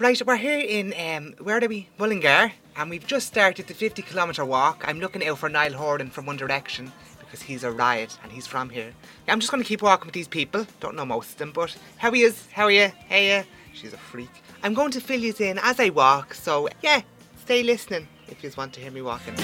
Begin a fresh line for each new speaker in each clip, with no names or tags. Right, we're here in, um, where are we? Mullingar, and we've just started the 50 kilometre walk. I'm looking out for Niall Horan from One Direction because he's a riot and he's from here. I'm just going to keep walking with these people. Don't know most of them, but how he is, how are you? Hey, uh, she's a freak. I'm going to fill you in as I walk, so yeah, stay listening if you want to hear me walking.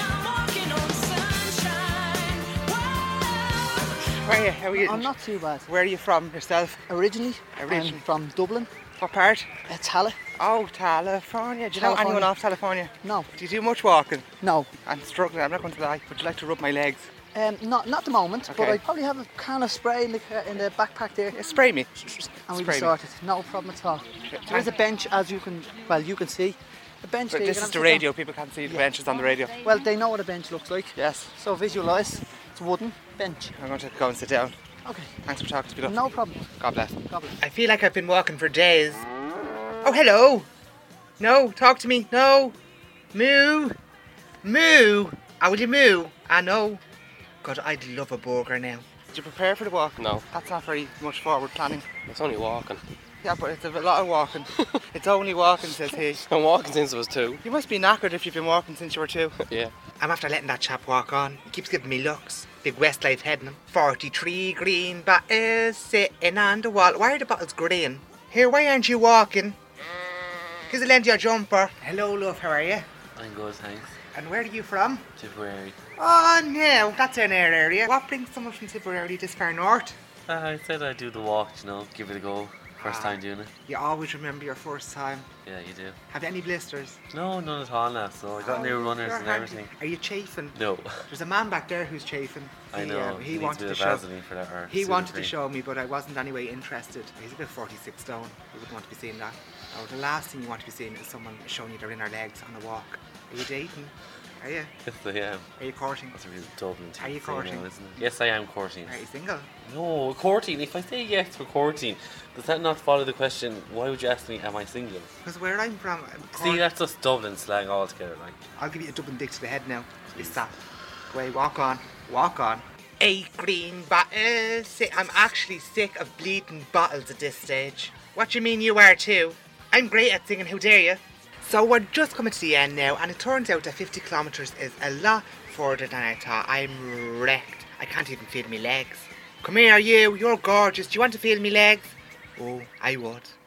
Where are you? How are you?
I'm not too bad.
Where are you from yourself?
Originally,
Originally.
I'm from Dublin,
What part?
uh, Tala.
Oh, California. Do you know
California.
anyone off California?
No,
Do you do much walking?
no,
I'm struggling. I'm not going to lie. Would you like to rub my legs?
um, not not at the moment. But
Okay.
I probably have a can of spray in the, ca- in the backpack there,
Yeah, spray me.
and we'll
spray
be sorted. No problem at all. There is a bench, as you can well you can see, a bench.
But
there, you
this is
can
the
have a sit
radio. People can't see the benches on the radio.
down. Well, they know what a bench looks like.
Yes.
So visualise. It's wooden bench.
I'm going to go and sit down.
Okay.
Thanks for talking to me. love.
No problem.
God bless.
God bless.
I feel like I've been walking for days. Oh, hello. No, talk to me. No. Moo. Moo. Oh, will you moo? I know. God, I'd love a burger now. Did you prepare for the walk?
No,
That's not very much forward planning.
it's only walking.
Yeah, but it's a lot of walking. it's only walking, says he.
I'm walking since I was two.
You must be knackered if you've been walking since you were two.
Yeah.
I'm after letting that chap walk on. He keeps giving me looks. Big Westlife heading him. 43 green bottles sitting on the wall. Why are the bottles green? Here, why aren't you walking? Here's a lend your jumper. Hello, love, how are you?
I'm good, thanks.
And where are you from?
Tipperary.
Oh, no, that's in our area. What brings someone from Tipperary this far north?
Uh, I said I'd do the walk, you know, give it a go. First
Ah.
time doing it.
You always remember your first time.
Yeah, you do.
Have you any blisters?
No, none at all now, so I got
Oh,
new runners
you're
and
handy.
everything.
Are you chafing?
No.
There's a man back there who's chafing.
I
He,
know.
um,
he
he
needs a
wanted
bit
to
of
show.
Vaseline for that. Or
He wanted to
Sudafed.
show me, but I wasn't anyway interested. He's about 46 stone. You wouldn't want to be seeing that. Oh, the last thing you want to be seeing is someone showing you their inner legs on a walk. Are you dating? Are you?
Yes, I am.
Are you courting?
That's a real Dublin thing
Are you
to say now,
courting?
isn't it? Yes, I am courting.
Are you single?
No, courting. If I say yes for courting, does that not follow the question, why would you ask me, am I single?
Because where I'm from, I'm
See,
court-
that's just Dublin slang altogether, like.
I'll give you a double dick to the head now. It's that. Way, walk on. Walk on. Eight green bottles. Si- I'm actually sick of bleeding bottles at this stage. What do you mean you are too? I'm great at singing How Dare You. So we're just coming to the end now, and it turns out that 50 kilometres is a lot further than I thought. I'm wrecked. I can't even feel my legs. Come here, you. You're gorgeous. Do you want to feel my legs? Oh, I would.